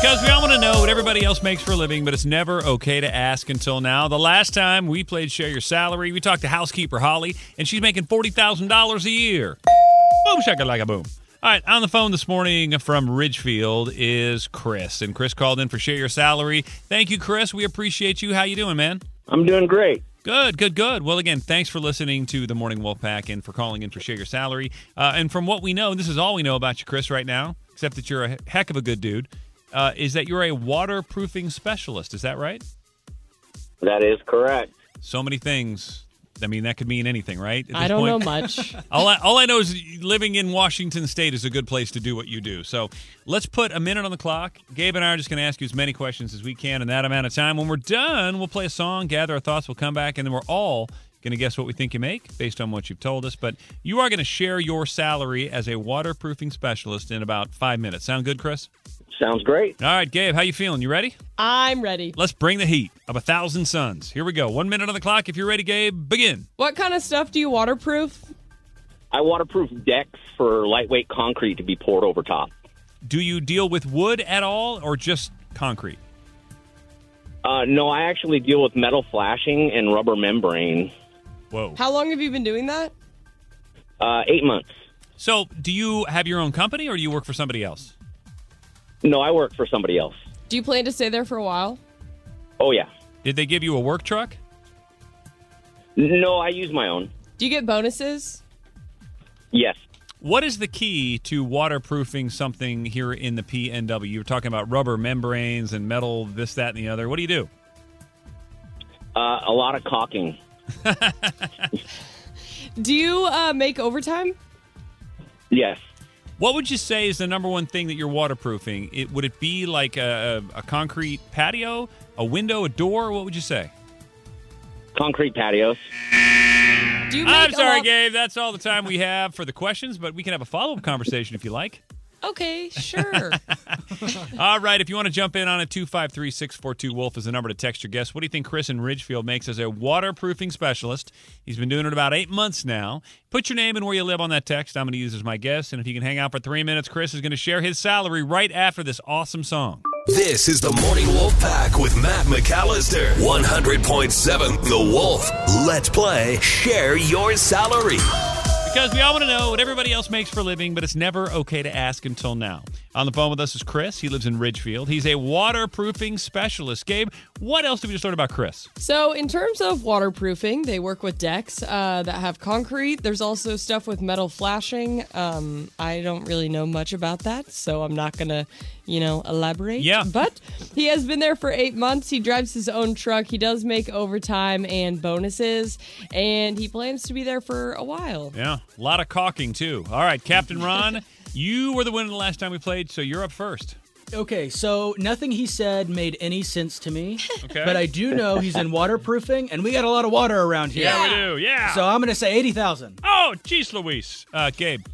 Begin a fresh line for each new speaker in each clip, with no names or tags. Because we all want to know what everybody else makes for a living, but it's never okay to ask until now. The last time we played Share Your Salary, we talked to housekeeper Holly, and she's making $40,000 a year. Boom, shakalaka, boom. All right, on the phone this morning from Ridgefield is Chris, and Chris called in for Share Your Salary. Thank you, Chris. We appreciate you. How you doing, man?
I'm doing great.
Good, good, good. Well, again, thanks for listening to the Morning Wolf Pack and for calling in for Share Your Salary. Uh, and from what we know, this is all we know about you, Chris, right now, except that you're a heck of a good dude, uh, is that you're a waterproofing specialist. Is that right?
That is correct.
So many things. I mean, that could mean anything, right? At
I
this
don't know
point-
much.
All I, all I know is living in Washington State is a good place to do what you do. So let's put a minute on the clock. Gabe and I are just going to ask you as many questions as we can in that amount of time. When we're done, we'll play a song, gather our thoughts, we'll come back, and then we're all going to guess what we think you make based on what you've told us. But you are going to share your salary as a waterproofing specialist in about five minutes. Sound good, Chris?
Sounds great.
All right, Gabe, how you feeling? You ready?
I'm ready.
Let's bring the heat of a thousand suns. Here we go. One minute on the clock. If you're ready, Gabe, begin.
What kind of stuff do you waterproof?
I waterproof decks for lightweight concrete to be poured over top.
Do you deal with wood at all or just concrete?
Uh, no, I actually deal with metal flashing and rubber membrane.
Whoa.
How long have you been doing that?
Uh, eight months.
So, do you have your own company or do you work for somebody else?
No, I work for somebody else.
Do you plan to stay there for a while?
Oh, yeah.
Did they give you a work truck?
No, I use my own.
Do you get bonuses?
Yes.
What is the key to waterproofing something here in the PNW? You were talking about rubber membranes and metal, this, that, and the other. What do you do?
Uh, a lot of caulking.
Do you uh, make overtime?
Yes.
What would you say is the number one thing that you're waterproofing? It, would it be like a, a concrete patio, a window, a door? What would you say?
Concrete patios.
Do you make
I'm
a
sorry,
lot-
Gabe. That's all the time we have for the questions, but we can have a follow up conversation if you like.
Okay, sure.
All right, if you want to jump in on it, 253 642 Wolf is the number to text your guest. What do you think Chris in Ridgefield makes as a waterproofing specialist? He's been doing it about eight months now. Put your name and where you live on that text. I'm going to use as my guess. And if you can hang out for three minutes, Chris is going to share his salary right after this awesome song.
This is the Morning Wolf Pack with Matt McAllister. 100.7 The Wolf. Let's play Share Your Salary.
Because we all want to know what everybody else makes for a living, but it's never okay to ask until now. On the phone with us is Chris. He lives in Ridgefield. He's a waterproofing specialist. Gabe, what else did we just learn about Chris?
so, in terms of waterproofing, they work with decks uh, that have concrete. There's also stuff with metal flashing. Um, I don't really know much about that, so I'm not going to, you know, elaborate.
Yeah.
But he has been there for eight months. He drives his own truck. He does make overtime and bonuses, and he plans to be there for a while.
Yeah, a lot of caulking too. All right, Captain Ron, you were the winner the last time we played, so you're up first.
Okay, so nothing he said made any sense to me.
Okay.
But I do know he's in waterproofing, and we got a lot of water around here.
Yeah, we do. Yeah.
So I'm going to say 80,000.
oh, jeez, Luis. Uh, Gabe.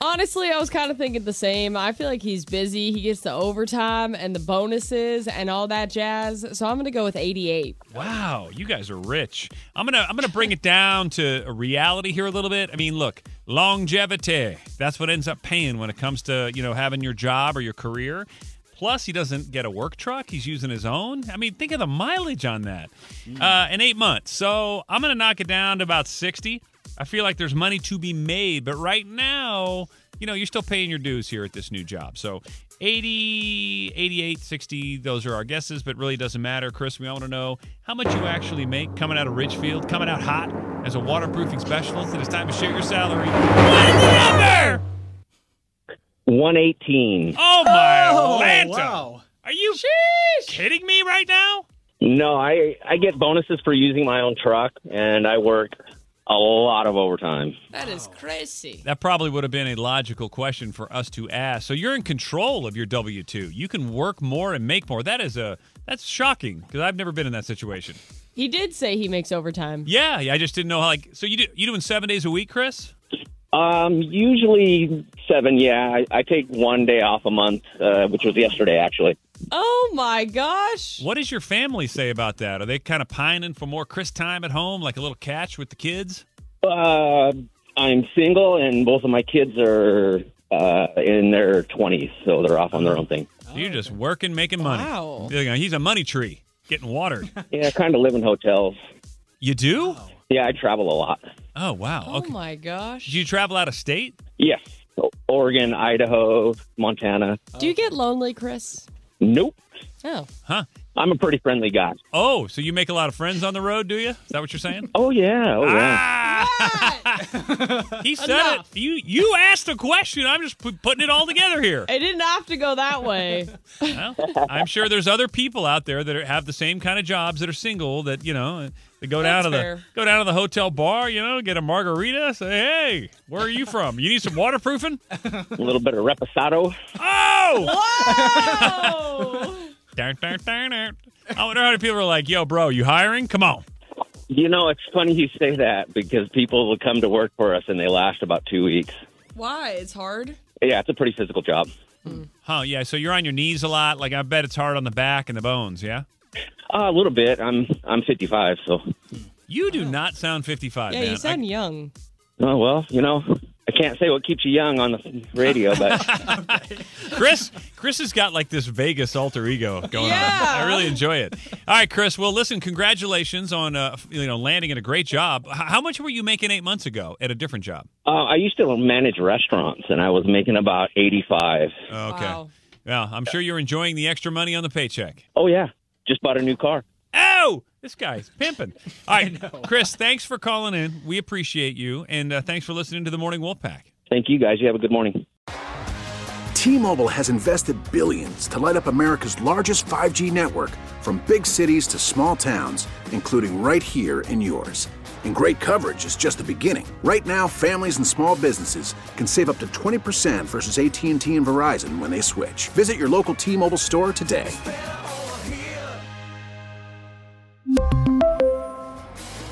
Honestly, I was kind of thinking the same. I feel like he's busy. He gets the overtime and the bonuses and all that jazz. So I'm going to go with 88.
Wow, you guys are rich. I'm gonna I'm gonna bring it down to a reality here a little bit. I mean, look, longevity. That's what ends up paying when it comes to you know having your job or your career. Plus, he doesn't get a work truck. He's using his own. I mean, think of the mileage on that. Uh, in eight months, so I'm gonna knock it down to about sixty. I feel like there's money to be made, but right now, you know, you're still paying your dues here at this new job. So 80, 88, 60, those are our guesses, but really doesn't matter. Chris, we all want to know how much you actually make coming out of Ridgefield, coming out hot as a waterproofing specialist, and it's time to share your salary. What number?
118.
Oh, my Atlanta.
wow.
Are you kidding me right now?
No, I I get bonuses for using my own truck, and I work a lot of overtime.
That is crazy.
That probably would have been a logical question for us to ask. So you're in control of your W two. You can work more and make more. That is a that's shocking because I've never been in that situation.
He did say he makes overtime.
Yeah, yeah, I just didn't know. How, like, so you do you doing seven days a week, Chris?
Um, usually seven. Yeah, I, I take one day off a month, uh, which was yesterday actually.
Oh my gosh.
What does your family say about that? Are they kind of pining for more Chris time at home, like a little catch with the kids?
Uh, I'm single, and both of my kids are uh, in their 20s, so they're off on their own thing.
So you're just working, making money.
Oh. Wow.
You're like, He's a money tree, getting watered.
Yeah, kind of live in hotels.
you do?
Yeah, I travel a lot.
Oh wow.
Oh
okay.
my gosh.
Did you travel out of state?
Yes, O- Oregon, Idaho, Montana.
Do you get lonely, Chris?
Nope,
Oh.
Huh?
I'm a pretty friendly guy.
Oh, so you make a lot of friends on the road, do you? Is that what you're saying?
Oh yeah, oh yeah.
Ah. He said
Enough.
it. You you asked a question. I'm just pu- putting it all together here.
I didn't have to go that way.
Well, I'm sure there's other people out there that are, have the same kind of jobs that are single that you know they go down
That's
to the
fair.
go down to the hotel bar, you know, get a margarita. Say, hey, where are you from? You need some waterproofing?
A little bit of reposado.
Oh,
Whoa!
darn, darn, darn, darn. I wonder how many people are like, yo, bro, you hiring? Come on.
You know, it's funny you say that because people will come to work for us and they last about two weeks.
Why? It's hard.
Yeah, it's a pretty physical job.
Huh? Yeah. So you're on your knees a lot. Like I bet it's hard on the back and the bones. Yeah.
Uh, a little bit. I'm I'm 55, so
You do not sound 55,
Yeah,
man.
you
I-
sound young.
oh well. You know, I can't say what keeps you young on the radio, but
Chris, Chris has got like this Vegas alter ego going
Yeah.
on. I really enjoy it. All right, Chris. Well, listen, congratulations on uh, you know landing at a great job. H- how much were you making eight months ago at a different job?
uh, I used to manage restaurants and I was making about 85.
Okay.
Wow.
Yeah, I'm sure you're enjoying the extra money on the paycheck.
Oh yeah, just bought a new car.
Oh, this guy's pimping. All right, Chris. Thanks for calling in. We appreciate you, and uh, thanks for listening to the Morning Wolf Pack.
Thank you guys. You have a good morning.
T-Mobile has invested billions to light up America's largest 5G network from big cities to small towns, including right here in yours. And great coverage is just the beginning. Right now, families and small businesses can save up to 20% versus AT&T and Verizon when they switch. Visit your local T-Mobile store today.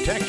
Protect